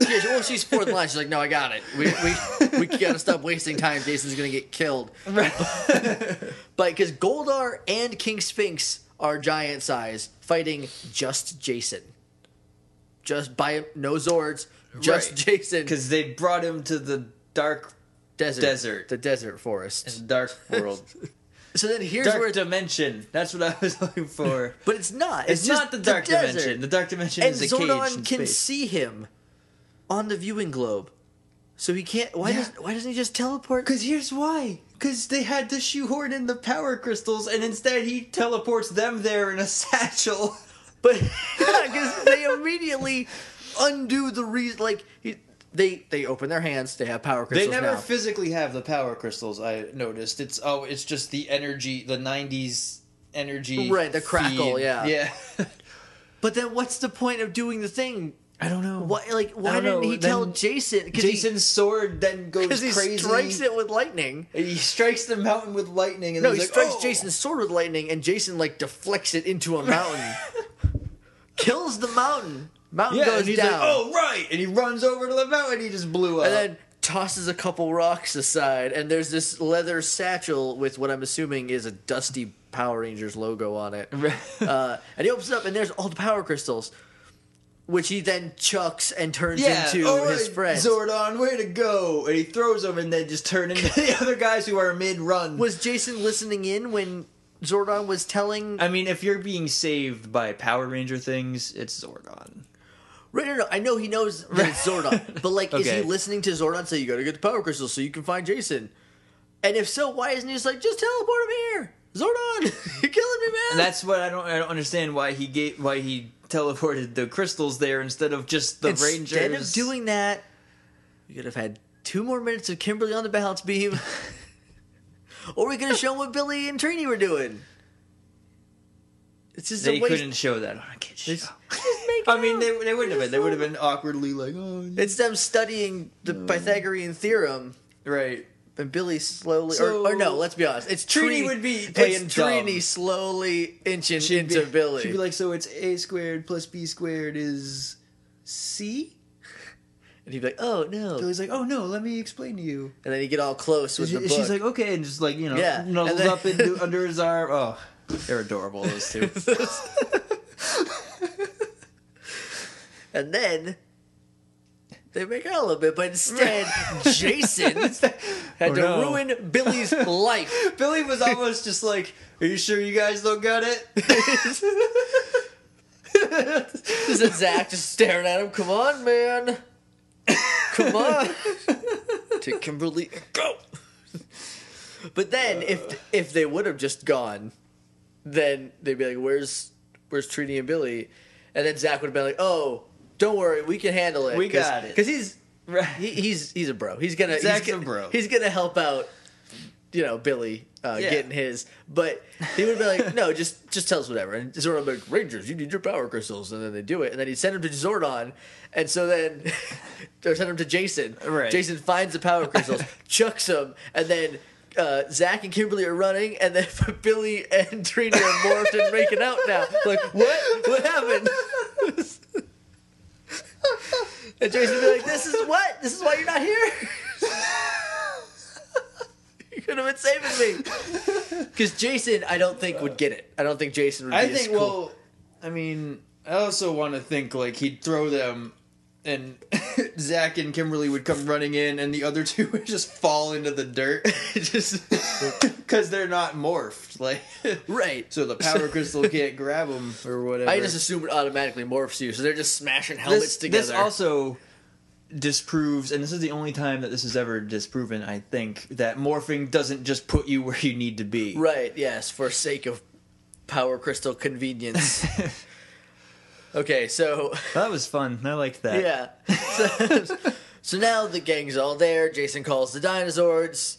Speaker 1: Yeah, she- well, she's fourth line. She's like, no, I got it. We we we gotta stop wasting time. Jason's gonna get killed. But because Goldar and King Sphinx are giant size, fighting just Jason, just by no Zords, just
Speaker 2: Right.
Speaker 1: Jason.
Speaker 2: Because they brought him to the dark,
Speaker 1: desert,
Speaker 2: Desert.
Speaker 1: the desert forest.
Speaker 2: dark world.
Speaker 1: So then here's
Speaker 2: dark
Speaker 1: where, it's,
Speaker 2: dimension. That's what I was looking for.
Speaker 1: but it's not.
Speaker 2: It's,
Speaker 1: It's, just
Speaker 2: not the dark
Speaker 1: desert.
Speaker 2: dimension. The dark dimension
Speaker 1: And
Speaker 2: is a cage.
Speaker 1: Zordon
Speaker 2: in
Speaker 1: can
Speaker 2: space.
Speaker 1: see him on the viewing globe, so he can't. Why
Speaker 2: Yeah.
Speaker 1: does, why doesn't he just teleport?
Speaker 2: Because here's why. Because they had to shoehorn in the power crystals, and instead he teleports them there in a satchel.
Speaker 1: But because they immediately undo the reason. Like he, they they open their hands. They have power
Speaker 2: They
Speaker 1: crystals
Speaker 2: never
Speaker 1: now.
Speaker 2: physically have the power crystals. I noticed. It's oh, it's just the energy, the '90s energy,
Speaker 1: Right, the crackle,
Speaker 2: feed.
Speaker 1: yeah.
Speaker 2: yeah.
Speaker 1: but then what's the point of doing the thing?
Speaker 2: I don't know.
Speaker 1: Why like why
Speaker 2: don't
Speaker 1: didn't
Speaker 2: know.
Speaker 1: he tell
Speaker 2: Then
Speaker 1: Jason? Cause
Speaker 2: Jason's sword then goes
Speaker 1: because he,
Speaker 2: crazy.
Speaker 1: strikes it with lightning.
Speaker 2: He strikes the mountain with lightning, and
Speaker 1: No,
Speaker 2: he's
Speaker 1: he
Speaker 2: like,
Speaker 1: strikes
Speaker 2: "Oh!"
Speaker 1: Jason's sword with lightning, and Jason like deflects it into a mountain, kills the mountain. Mountain
Speaker 2: Yeah,
Speaker 1: goes
Speaker 2: and he's "Oh."
Speaker 1: down,
Speaker 2: like, "Oh, right!" And he runs over to the mountain. He just blew up.
Speaker 1: and then tosses a couple rocks aside, and there's this leather satchel with what I'm assuming is a dusty Power Rangers logo on it. uh, and he opens it up, and there's all the power crystals, which he then chucks and turns into
Speaker 2: all
Speaker 1: his
Speaker 2: right,
Speaker 1: friend.
Speaker 2: Zordon, way to go! And he throws them and then just turn into the other guys who are mid run.
Speaker 1: was Jason listening in when Zordon was telling?
Speaker 2: I mean, if you're being saved by Power Ranger things, it's Zordon.
Speaker 1: Right, no, no, I know he knows that it's Zordon, but like, is he
Speaker 2: Okay.
Speaker 1: listening to Zordon say you got to get the power crystals so you can find Jason? And if so, why isn't he just like just teleport him here, Zordon? You're killing me, man.
Speaker 2: And that's what I don't I don't understand why he gave why he teleported the crystals there instead of just the Rangers.
Speaker 1: Instead of doing that, we could have had two more minutes of Kimberly on the balance beam, or we could have shown what Billy and Trini were doing. It's just
Speaker 2: they
Speaker 1: a waste.
Speaker 2: couldn't show that on a kids
Speaker 1: They
Speaker 2: show.
Speaker 1: just- just make it
Speaker 2: I mean,
Speaker 1: up.
Speaker 2: they, they wouldn't have been. They would have been awkwardly like, oh,
Speaker 1: It's them studying the Pythagorean theorem,
Speaker 2: right.
Speaker 1: and Billy slowly.
Speaker 2: So-
Speaker 1: or, or no, let's be honest. It's
Speaker 2: Trini
Speaker 1: Trini
Speaker 2: would be
Speaker 1: it's
Speaker 2: playing
Speaker 1: Trini
Speaker 2: dumb.
Speaker 1: slowly inching
Speaker 2: She'd be-
Speaker 1: into Billy.
Speaker 2: She'd be like, so it's a squared plus b squared is c.
Speaker 1: and he'd be like, "Oh no!"
Speaker 2: Billy's like, oh no, let me explain to you.
Speaker 1: And then he'd get all close with
Speaker 2: She-
Speaker 1: the book.
Speaker 2: she's like, okay, and just like you know,
Speaker 1: Yeah, and
Speaker 2: nuzzles
Speaker 1: then-
Speaker 2: up into, under his arm. Oh, they're adorable. Those two.
Speaker 1: and then they make out a little bit, but instead, Jason had
Speaker 2: Oh,
Speaker 1: to
Speaker 2: no.
Speaker 1: ruin Billy's life.
Speaker 2: Billy was almost just like, "Are you sure you guys don't got it?"
Speaker 1: This is Zach just staring at him. Come on, man. Come on. to Kimberly, go. But then, if if they would have just gone, then they'd be like, "Where's where's Trini and Billy?" And then Zach would have been like, "Oh, don't worry, we can handle it.
Speaker 2: We got it."
Speaker 1: Because he's
Speaker 2: right.
Speaker 1: he, he's he's a bro. He's gonna
Speaker 2: Zach's
Speaker 1: he's gonna,
Speaker 2: a bro.
Speaker 1: He's gonna help out, you know, Billy uh,
Speaker 2: Yeah.
Speaker 1: getting his. But he would be like, no, just just tell us whatever. And Zordon would be like, Rangers, you need your power crystals, and then they do it, and then he'd send him to Zordon, and so then or send him to Jason.
Speaker 2: Right.
Speaker 1: Jason finds the power crystals, chucks them, and then. Uh, Zach and Kimberly are running, and then Billy and Trina are morphed and making out now. Like, what? What happened? And Jason would be like, "This is what? This is why you're not here. you could have been saving me." Because Jason, I don't think would get it. I don't think Jason would. Be
Speaker 2: I
Speaker 1: as
Speaker 2: think.
Speaker 1: cool.
Speaker 2: Well, I mean, I also want to think like he'd throw them, and Zach and Kimberly would come running in, and the other two would just fall into the dirt, just because they're not morphed. Like,
Speaker 1: right.
Speaker 2: so the power crystal can't grab them or whatever.
Speaker 1: I just assume it automatically morphs you, so they're just smashing helmets
Speaker 2: this,
Speaker 1: together.
Speaker 2: this also disproves and this is the only time that this is ever disproven i think that morphing doesn't just put you where you need to be
Speaker 1: right? Yes, for sake of power crystal convenience. okay, so
Speaker 2: that was fun i liked that
Speaker 1: yeah. So, so now the gang's all there. Jason calls the dinosaurs.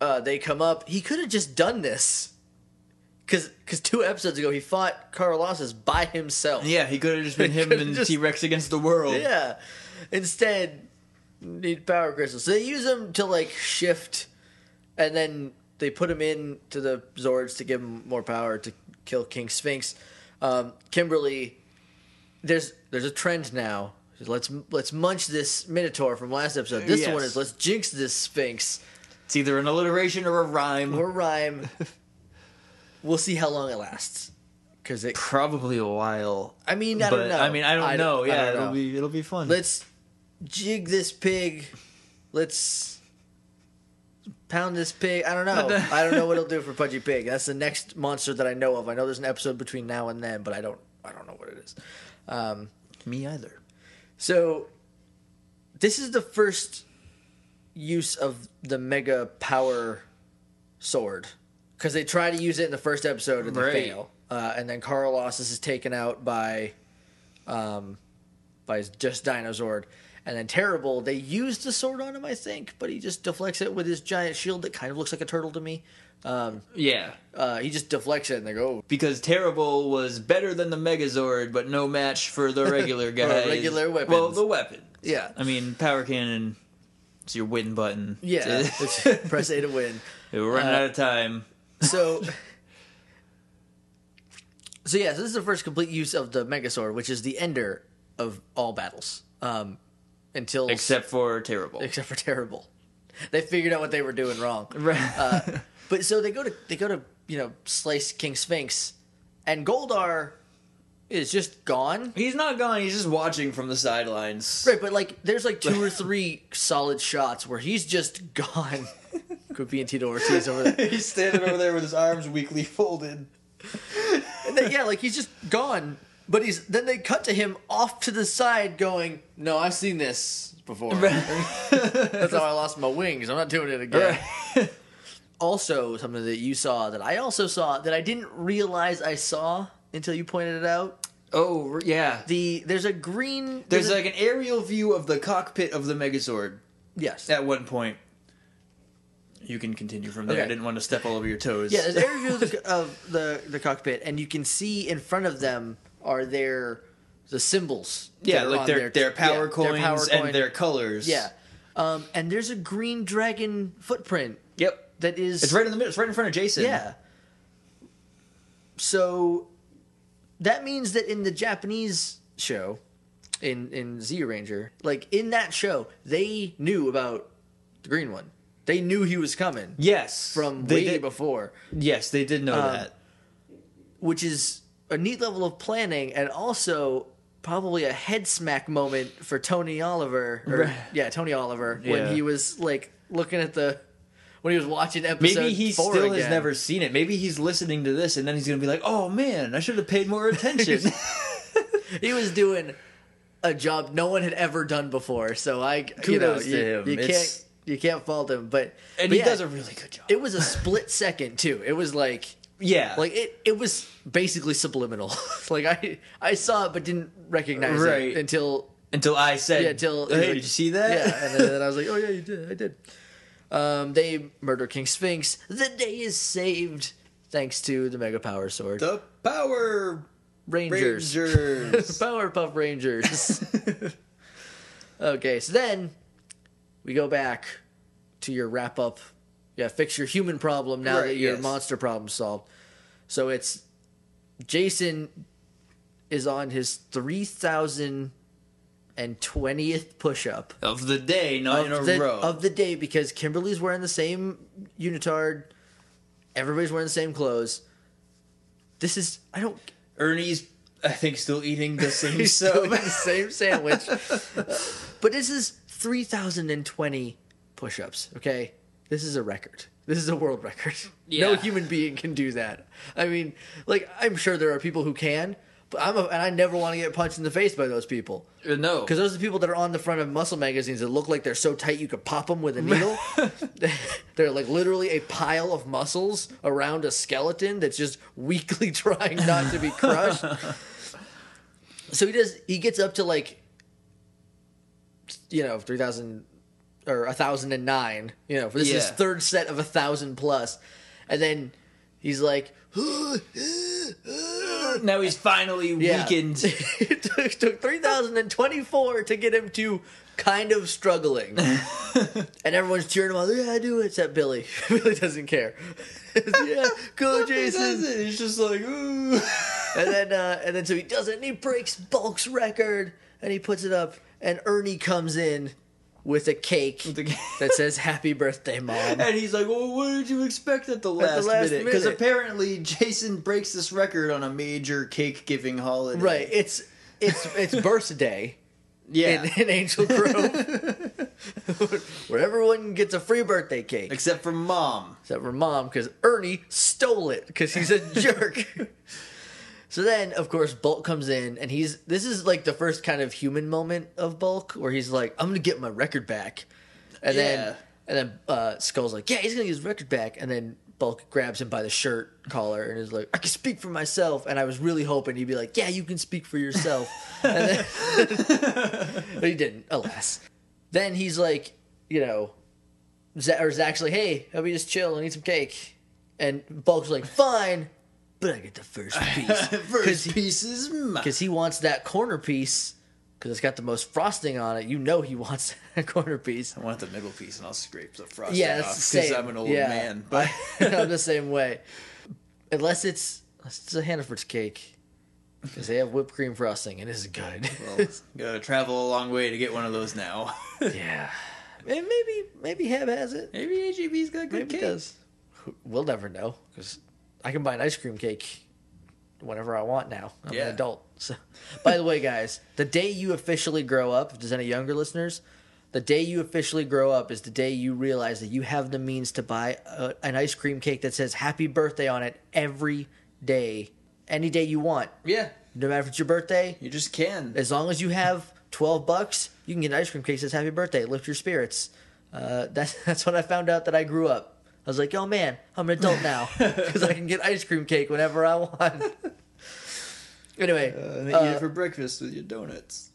Speaker 1: Uh, they come up. He could have just done this. Because two episodes ago, he fought Carlossus by himself.
Speaker 2: yeah he could have just been
Speaker 1: He
Speaker 2: him
Speaker 1: could've
Speaker 2: and
Speaker 1: just-
Speaker 2: t-rex against the world
Speaker 1: Yeah. Instead, need power crystals. So they use them to, like, shift. And then they put him in to the Zords to give him more power to kill King Sphinx. Um, Kimberly there's there's a trend now. Let's let's munch this Minotaur from last episode. This
Speaker 2: Yes.
Speaker 1: one is let's jinx this Sphinx
Speaker 2: it's either an alliteration or a rhyme
Speaker 1: or rhyme. we'll see how long it lasts. Cause it,
Speaker 2: probably a while
Speaker 1: I mean, I
Speaker 2: but
Speaker 1: don't know.
Speaker 2: i mean i don't know yeah
Speaker 1: don't
Speaker 2: it'll
Speaker 1: know.
Speaker 2: be it'll be fun
Speaker 1: Let's jig this pig. Let's pound this pig. I don't know. I don't know what it'll do for Pudgy Pig. That's the next monster that I know of. I know there's an episode between now and then, but I don't. I don't know what it is. Um,
Speaker 2: me either
Speaker 1: So, this is the first use of the mega power sword because they try to use it in the first episode and they
Speaker 2: Right.
Speaker 1: fail. Uh, and then Carlossus is taken out by, um, by just Dinozord. And then Terrible, they use the sword on him, I think, but he just deflects it with his giant shield that kind of looks like a turtle to me. Um,
Speaker 2: yeah
Speaker 1: uh, he just deflects it and they go, "Oh,
Speaker 2: because Terrible was better than the Megazord, but no match for the regular guys.
Speaker 1: regular weapons.
Speaker 2: Well, the weapon.
Speaker 1: Yeah.
Speaker 2: I mean, power cannon. It's your win button.
Speaker 1: yeah,
Speaker 2: It's-
Speaker 1: press A to win.
Speaker 2: We're running
Speaker 1: Uh,
Speaker 2: out of time.
Speaker 1: So, so yeah, so this is the first complete use of the Megasword, which is the ender of all battles. Um, until
Speaker 2: except for terrible.
Speaker 1: except for terrible. They figured out what they were doing wrong.
Speaker 2: Right.
Speaker 1: Uh, but so they go to they go to you know slice King Sphinx, and Goldar is just gone.
Speaker 2: he's not gone. He's just watching from the sidelines.
Speaker 1: Right, but like there's like two or three solid shots where he's just gone. Could be in Tito Ortiz over there.
Speaker 2: he's standing over there with his arms weakly folded.
Speaker 1: And then, yeah, like he's just gone. But he's then they cut to him off to the side going, No, I've seen this before. That's how I lost my wings. I'm not doing it again. Also, something that you saw that I also saw that I didn't realize I saw until you pointed it out.
Speaker 2: Oh r- yeah.
Speaker 1: The there's a green
Speaker 2: There's
Speaker 1: a-
Speaker 2: like an aerial view of the cockpit of the Megazord
Speaker 1: yes.
Speaker 2: at one point. You can continue from there. I
Speaker 1: Okay.
Speaker 2: didn't want to step all over your toes.
Speaker 1: Yeah, there's air view of the, of the the cockpit, and you can see in front of them are their the symbols. that
Speaker 2: yeah,
Speaker 1: are
Speaker 2: like
Speaker 1: on
Speaker 2: their, their
Speaker 1: yeah,
Speaker 2: power coins
Speaker 1: power coin.
Speaker 2: and their colors.
Speaker 1: yeah. Um, and there's a green dragon footprint
Speaker 2: Yep.
Speaker 1: that is
Speaker 2: It's right in the middle. It's right in front of Jason.
Speaker 1: yeah. So that means that in the Japanese show, in in Z Ranger, like in that show, they knew about the green one. They knew he was coming
Speaker 2: Yes.
Speaker 1: from
Speaker 2: they
Speaker 1: way
Speaker 2: did,
Speaker 1: before.
Speaker 2: Yes, they did know
Speaker 1: Um,
Speaker 2: that.
Speaker 1: which is a neat level of planning and also probably a head smack moment for Tony Oliver. Or,
Speaker 2: Right.
Speaker 1: Yeah, Tony Oliver
Speaker 2: Yeah.
Speaker 1: when he was like looking at the when he was watching episode.
Speaker 2: Maybe he
Speaker 1: four
Speaker 2: still has
Speaker 1: again.
Speaker 2: never seen it. Maybe he's listening to this and then he's gonna be like, "Oh man, I should have paid more attention."
Speaker 1: He was doing a job no one had ever done before. So I
Speaker 2: Kudos
Speaker 1: you know,
Speaker 2: to
Speaker 1: you-
Speaker 2: him.
Speaker 1: You
Speaker 2: It's-
Speaker 1: can't you can't fault him, but
Speaker 2: and
Speaker 1: but
Speaker 2: he
Speaker 1: yeah,
Speaker 2: does a really good job.
Speaker 1: It was a split second too. It was like
Speaker 2: yeah,
Speaker 1: like it it was basically subliminal like i i saw it but didn't recognize
Speaker 2: Right.
Speaker 1: it until
Speaker 2: until I said,
Speaker 1: yeah until
Speaker 2: hey, Oh, did you see that?"
Speaker 1: yeah and then, then i was like oh yeah you did i did um they murder king sphinx the day is saved thanks to the mega power sword
Speaker 2: the Power
Speaker 1: rangers
Speaker 2: Rangers.
Speaker 1: powerpuff rangers okay so then we go back to your wrap up yeah fix your human problem now
Speaker 2: Right,
Speaker 1: that your
Speaker 2: yes.
Speaker 1: monster problem solved so it's jason is on his 3020th push-up
Speaker 2: of the day, not in a
Speaker 1: of the,
Speaker 2: row.
Speaker 1: of the day because Kimberly's wearing the same unitard. Everybody's wearing the same clothes. This is I don't.
Speaker 2: Ernie's, I think, still eating the same
Speaker 1: He's still
Speaker 2: soap.
Speaker 1: doing the same sandwich. but this is three thousand and twenty push-ups. Okay, this is a record. This is a world record. No
Speaker 2: Yeah.
Speaker 1: human being can do that. I mean, like I'm sure there are people who can, but I'm a, and I never want to get punched in the face by those people.
Speaker 2: Uh, no,
Speaker 1: Because those are the people that are on the front of muscle magazines that look like they're so tight you could pop them with a needle. they're like literally a pile of muscles around a skeleton that's just weakly trying not to be crushed. so he does. He gets up to like, you know, three thousand or a thousand and nine. You know, for this is
Speaker 2: Yeah.
Speaker 1: his third set of a thousand plus, and then he's like.
Speaker 2: now he's finally
Speaker 1: Yeah.
Speaker 2: weakened.
Speaker 1: it took, took 3,024 to get him to kind of struggling. and everyone's cheering him on. Yeah, I do it, except Billy. Billy doesn't care. yeah, go, Jason.
Speaker 2: Jason, he's just like, ooh.
Speaker 1: And then, uh, and then so he does it, and he breaks Bulk's record, and he puts it up, and Ernie comes in with a cake
Speaker 2: a-
Speaker 1: that says "Happy Birthday, Mom."
Speaker 2: And he's like, "Well, what did you expect at the last,
Speaker 1: the last
Speaker 2: minute?" Because
Speaker 1: minute.
Speaker 2: apparently, Jason breaks this record on a major cake-giving holiday.
Speaker 1: Right? It's it's it's birthday.
Speaker 2: Yeah.
Speaker 1: in, in Angel Grove, where everyone gets a free birthday cake
Speaker 2: Except for mom.
Speaker 1: except for mom because Ernie stole it because he's a jerk. So then, of course, Bulk comes in and he's this is like the first kind of human moment of Bulk where he's like, "I'm gonna get my record back," and
Speaker 2: Yeah.
Speaker 1: then and then uh, Skull's like, "Yeah, he's gonna get his record back," and then. Bulk grabs him by the shirt collar and is like, "I can speak for myself." And I was really hoping he'd be like, "Yeah, you can speak for yourself." and then, but he didn't, alas. Then he's like, you know, Z- or Zach's like, hey, help me just chill and eat some cake. And Bulk's like, fine, but I get the first piece.
Speaker 2: First piece is mine.
Speaker 1: Because he wants that corner piece, because it's got the most frosting on it. You know he wants that corner piece.
Speaker 2: I want the middle piece, and I'll scrape the frosting
Speaker 1: Yeah, that's
Speaker 2: off
Speaker 1: the same.
Speaker 2: because I'm an old
Speaker 1: Yeah.
Speaker 2: man. But
Speaker 1: I'm the same way. Unless it's, unless it's a Hannaford's cake. because they have whipped cream frosting and it's good.
Speaker 2: Well, gotta travel a long way to get one of those now.
Speaker 1: yeah, and maybe maybe Hab has it.
Speaker 2: Maybe AGB's got good
Speaker 1: Maybe it
Speaker 2: cake.
Speaker 1: does. Who- We'll never know because I can buy an ice cream cake whenever I want now. I'm
Speaker 2: Yeah.
Speaker 1: an adult. So, by the way, guys, the day you officially grow up, if there's any younger listeners, the day you officially grow up is the day you realize that you have the means to buy a, an ice cream cake that says "Happy Birthday" on it every day, any day you want,
Speaker 2: Yeah,
Speaker 1: no matter if it's your birthday.
Speaker 2: you just can.
Speaker 1: As long as you have twelve bucks, you can get an ice cream cake that says "Happy Birthday," lift your spirits. Uh, that's that's when I found out that I grew up. I was like, "Oh man, I'm an adult now because I can get ice cream cake whenever I want." anyway,
Speaker 2: Uh, and they eat
Speaker 1: uh,
Speaker 2: it for breakfast with your donuts.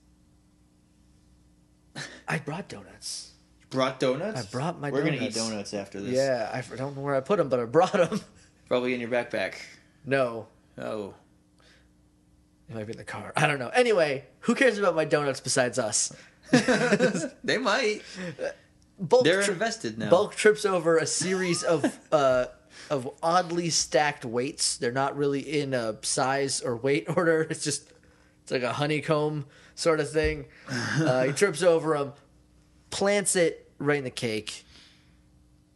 Speaker 1: I brought donuts.
Speaker 2: You brought donuts.
Speaker 1: I brought my
Speaker 2: We're gonna eat
Speaker 1: donuts.
Speaker 2: donuts after this.
Speaker 1: Yeah, I f- I don't know where I put them, but I brought them.
Speaker 2: probably in your backpack.
Speaker 1: No,
Speaker 2: Oh,
Speaker 1: it might be in the car. I don't know. Anyway, who cares about my donuts besides us?
Speaker 2: they might.
Speaker 1: Bulk
Speaker 2: They're
Speaker 1: tri-
Speaker 2: invested now.
Speaker 1: Bulk trips over a series of uh, of oddly stacked weights. They're not really in a size or weight order. It's just it's like a honeycomb sort of thing. Uh, he trips over them, plants it right in the cake.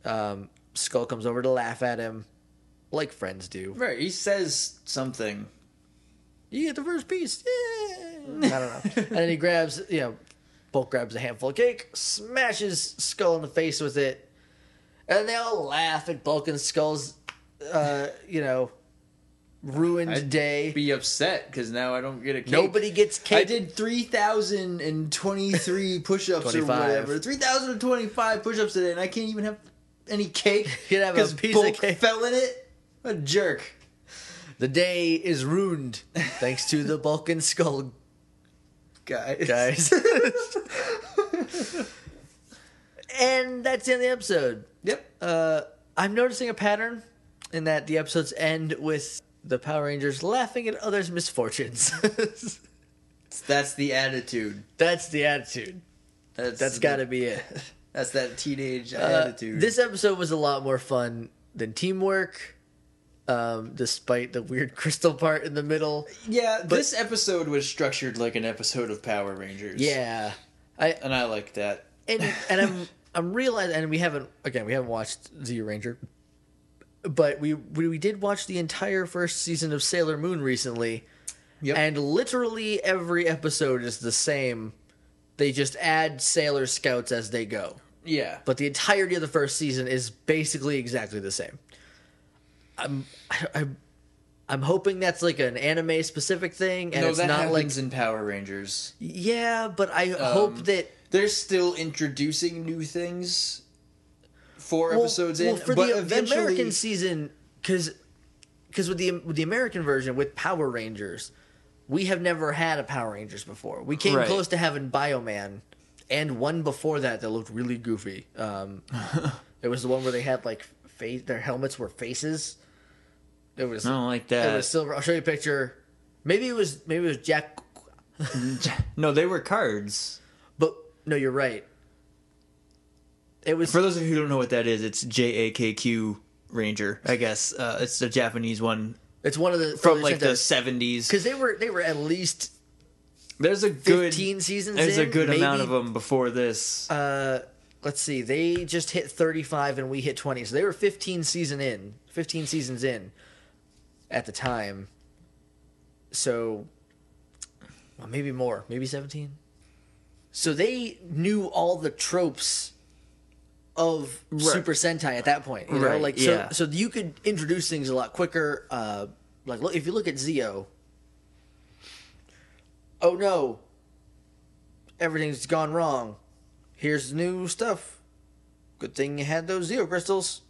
Speaker 1: Um, Skull comes over to laugh at him, like friends do.
Speaker 2: Right, he says something.
Speaker 1: You get the first piece. Yeah. I don't know. and then he grabs, you know, Bulk grabs a handful of cake, smashes Skull in the face with it. and they all laugh at Bulk and Skull's, uh, you know, ruined
Speaker 2: I'd
Speaker 1: day.
Speaker 2: Be upset because now I don't get a cake.
Speaker 1: Nobody gets cake.
Speaker 2: I did 3,023 push ups or
Speaker 1: 25.
Speaker 2: whatever. 3,025 push ups today, and I can't even have any cake.
Speaker 1: You can have a
Speaker 2: 'cause
Speaker 1: piece of
Speaker 2: Bulk
Speaker 1: cake.
Speaker 2: fell in it. What a jerk.
Speaker 1: The day is ruined thanks to the Bulk and Skull
Speaker 2: Guys.
Speaker 1: guys. and that's the end of the episode.
Speaker 2: Yep.
Speaker 1: Uh, I'm noticing a pattern in that the episodes end with the Power Rangers laughing at others' misfortunes.
Speaker 2: That's the attitude.
Speaker 1: that's the attitude.
Speaker 2: That's,
Speaker 1: That's got to be it.
Speaker 2: That's that teenage
Speaker 1: Uh,
Speaker 2: attitude.
Speaker 1: This episode was a lot more fun than teamwork, um, despite the weird crystal part in the middle.
Speaker 2: yeah, this episode was structured like an episode of Power Rangers.
Speaker 1: Yeah, I
Speaker 2: And I like that.
Speaker 1: and and I'm I'm realizing, and we haven't again we haven't watched Zero Ranger, but we we, we did watch the entire first season of Sailor Moon recently,
Speaker 2: Yep.
Speaker 1: and literally every episode is the same. They just add Sailor Scouts as they go.
Speaker 2: yeah.
Speaker 1: but the entirety of the first season is basically exactly the same. I'm I, I'm I'm hoping that's like an anime specific thing, and
Speaker 2: no,
Speaker 1: it's
Speaker 2: that
Speaker 1: not like
Speaker 2: happens Um, in Power Rangers.
Speaker 1: yeah. But I hope that
Speaker 2: They're still introducing new things. Four
Speaker 1: well,
Speaker 2: episodes
Speaker 1: well,
Speaker 2: in,
Speaker 1: for
Speaker 2: but
Speaker 1: the, the
Speaker 2: eventually,
Speaker 1: American season because with the with the American version with Power Rangers, we have never had a Power Rangers before. We came
Speaker 2: Right.
Speaker 1: close to having Bioman, and one before that that looked really goofy. Um, it was the one where they had like face their helmets were faces. It was
Speaker 2: I don't like
Speaker 1: It
Speaker 2: that.
Speaker 1: was silver. I'll show you a picture. Maybe it was maybe it was Jack,
Speaker 2: no, they were cards.
Speaker 1: but no, you're right. It was
Speaker 2: For those of you who don't know what that is, it's J A K Q Ranger. I guess uh, it's the Japanese one
Speaker 1: it's one of the
Speaker 2: from like the seventies.
Speaker 1: because they were they were at least
Speaker 2: There's a good
Speaker 1: 15 seasons.
Speaker 2: there's a
Speaker 1: in,
Speaker 2: good amount of
Speaker 1: maybe,
Speaker 2: them before this.
Speaker 1: Uh, let's see, they just hit 35 and we hit 20, so they were 15 season in, 15 seasons in, at the time. So, well, maybe more, maybe 17. So they knew all the tropes of Super Sentai at that point. You know?
Speaker 2: Right,
Speaker 1: Like so,
Speaker 2: yeah.
Speaker 1: so you could introduce things a lot quicker. Uh, like look, if you look at Zio. Oh no. Everything's gone wrong. Here's new stuff. Good thing you had those Zeo crystals.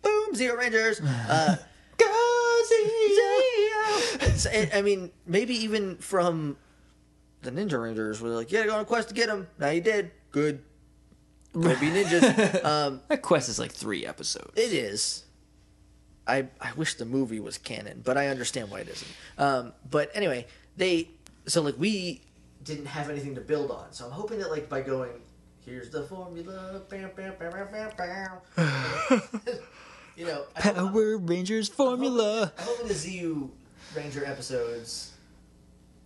Speaker 1: Boom, Zeo Rangers. Uh,
Speaker 2: Go
Speaker 1: Zeo. It's- it- I mean, maybe even from the Ninja Rangers, where they're like, "Yeah, go on a quest to get them. Now you did. Good. Go be ninjas." um,
Speaker 2: That quest is like three episodes.
Speaker 1: it is. I I wish the movie was canon, but I understand why it isn't. Um, but anyway, they so like we didn't have anything to build on, so I'm hoping that like by going here's the formula, bam, bam, bam, bam, bam, bam," you know, I hope-
Speaker 2: Power Rangers formula.
Speaker 1: I hope in the ZU Ranger episodes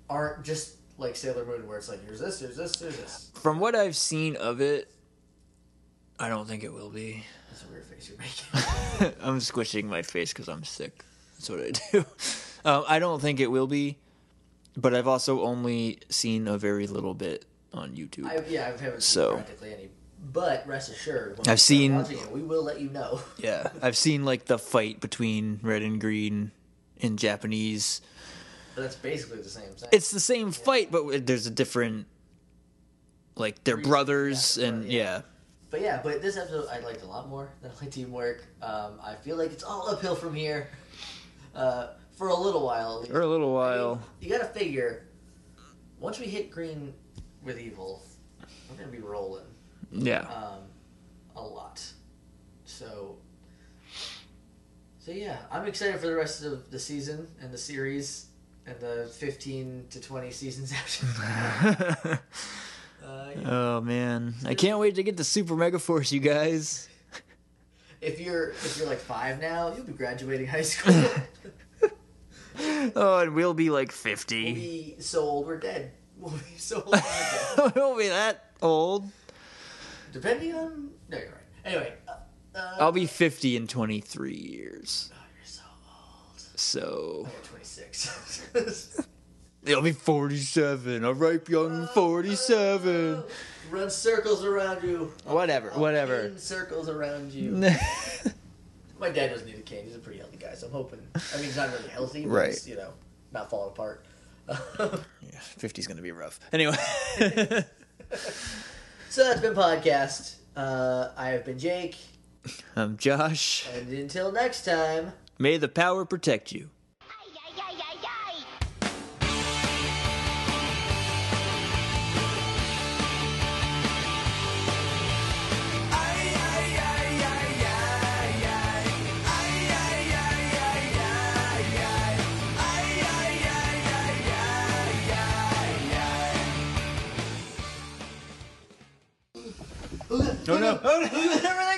Speaker 1: aren't just like Sailor Moon, where it's like here's this, here's this, here's this.
Speaker 2: From what I've seen of it, I don't think it will be.
Speaker 1: That's a weird face you're making.
Speaker 2: I'm squishing my face because I'm sick. That's what I do. Um, I don't think it will be, but I've also only seen a very little bit on YouTube.
Speaker 1: I, yeah, I haven't seen
Speaker 2: So.
Speaker 1: practically any. But rest assured, when we
Speaker 2: I've
Speaker 1: start
Speaker 2: seen-
Speaker 1: watching it, we will let you know.
Speaker 2: yeah, I've seen like the fight between red and green in Japanese.
Speaker 1: But that's basically the same thing.
Speaker 2: It's the same fight, but there's a different, like they're
Speaker 1: Reason,
Speaker 2: brothers,
Speaker 1: yeah,
Speaker 2: and
Speaker 1: right,
Speaker 2: yeah.
Speaker 1: yeah. But yeah, but this episode I liked a lot more than I liked teamwork. Um, I feel like it's all uphill from here uh, for a little while. At least.
Speaker 2: for a little
Speaker 1: I
Speaker 2: while.
Speaker 1: mean, you gotta figure once we hit green with evil, we're gonna be rolling
Speaker 2: Yeah,
Speaker 1: um, a lot. So, so yeah, I'm excited for the rest of the season and the series and the 15 to 20 seasons after. uh, yeah.
Speaker 2: oh man, I can't wait to get to Super Mega Force, you guys.
Speaker 1: If you're if you're like five now, you'll be graduating high school.
Speaker 2: Oh, and we'll be like
Speaker 1: we'll
Speaker 2: fifty.
Speaker 1: be so old we're dead. We'll be so old. We're dead.
Speaker 2: won't be that old.
Speaker 1: Depending on no, you're right. Anyway, uh, uh,
Speaker 2: I'll be fifty in twenty three years.
Speaker 1: oh, you're so old.
Speaker 2: So
Speaker 1: I'm 26.
Speaker 2: I'll be forty seven. A ripe young forty seven.
Speaker 1: Oh, Run circles around you.
Speaker 2: Whatever, whatever.
Speaker 1: cane circles around you. My dad doesn't need a cane. He's a pretty healthy guy, so I'm hoping. I mean, he's not really healthy, but
Speaker 2: Right.
Speaker 1: he's, you know, not falling apart.
Speaker 2: Fifty's gonna be rough. Anyway.
Speaker 1: so that's been podcast. Uh, I have been Jake,
Speaker 2: I'm Um, Josh.
Speaker 1: and until next time.
Speaker 2: May the power protect you.
Speaker 3: Ay, ay, ay, ay, ay.
Speaker 2: Oh no. Oh, no.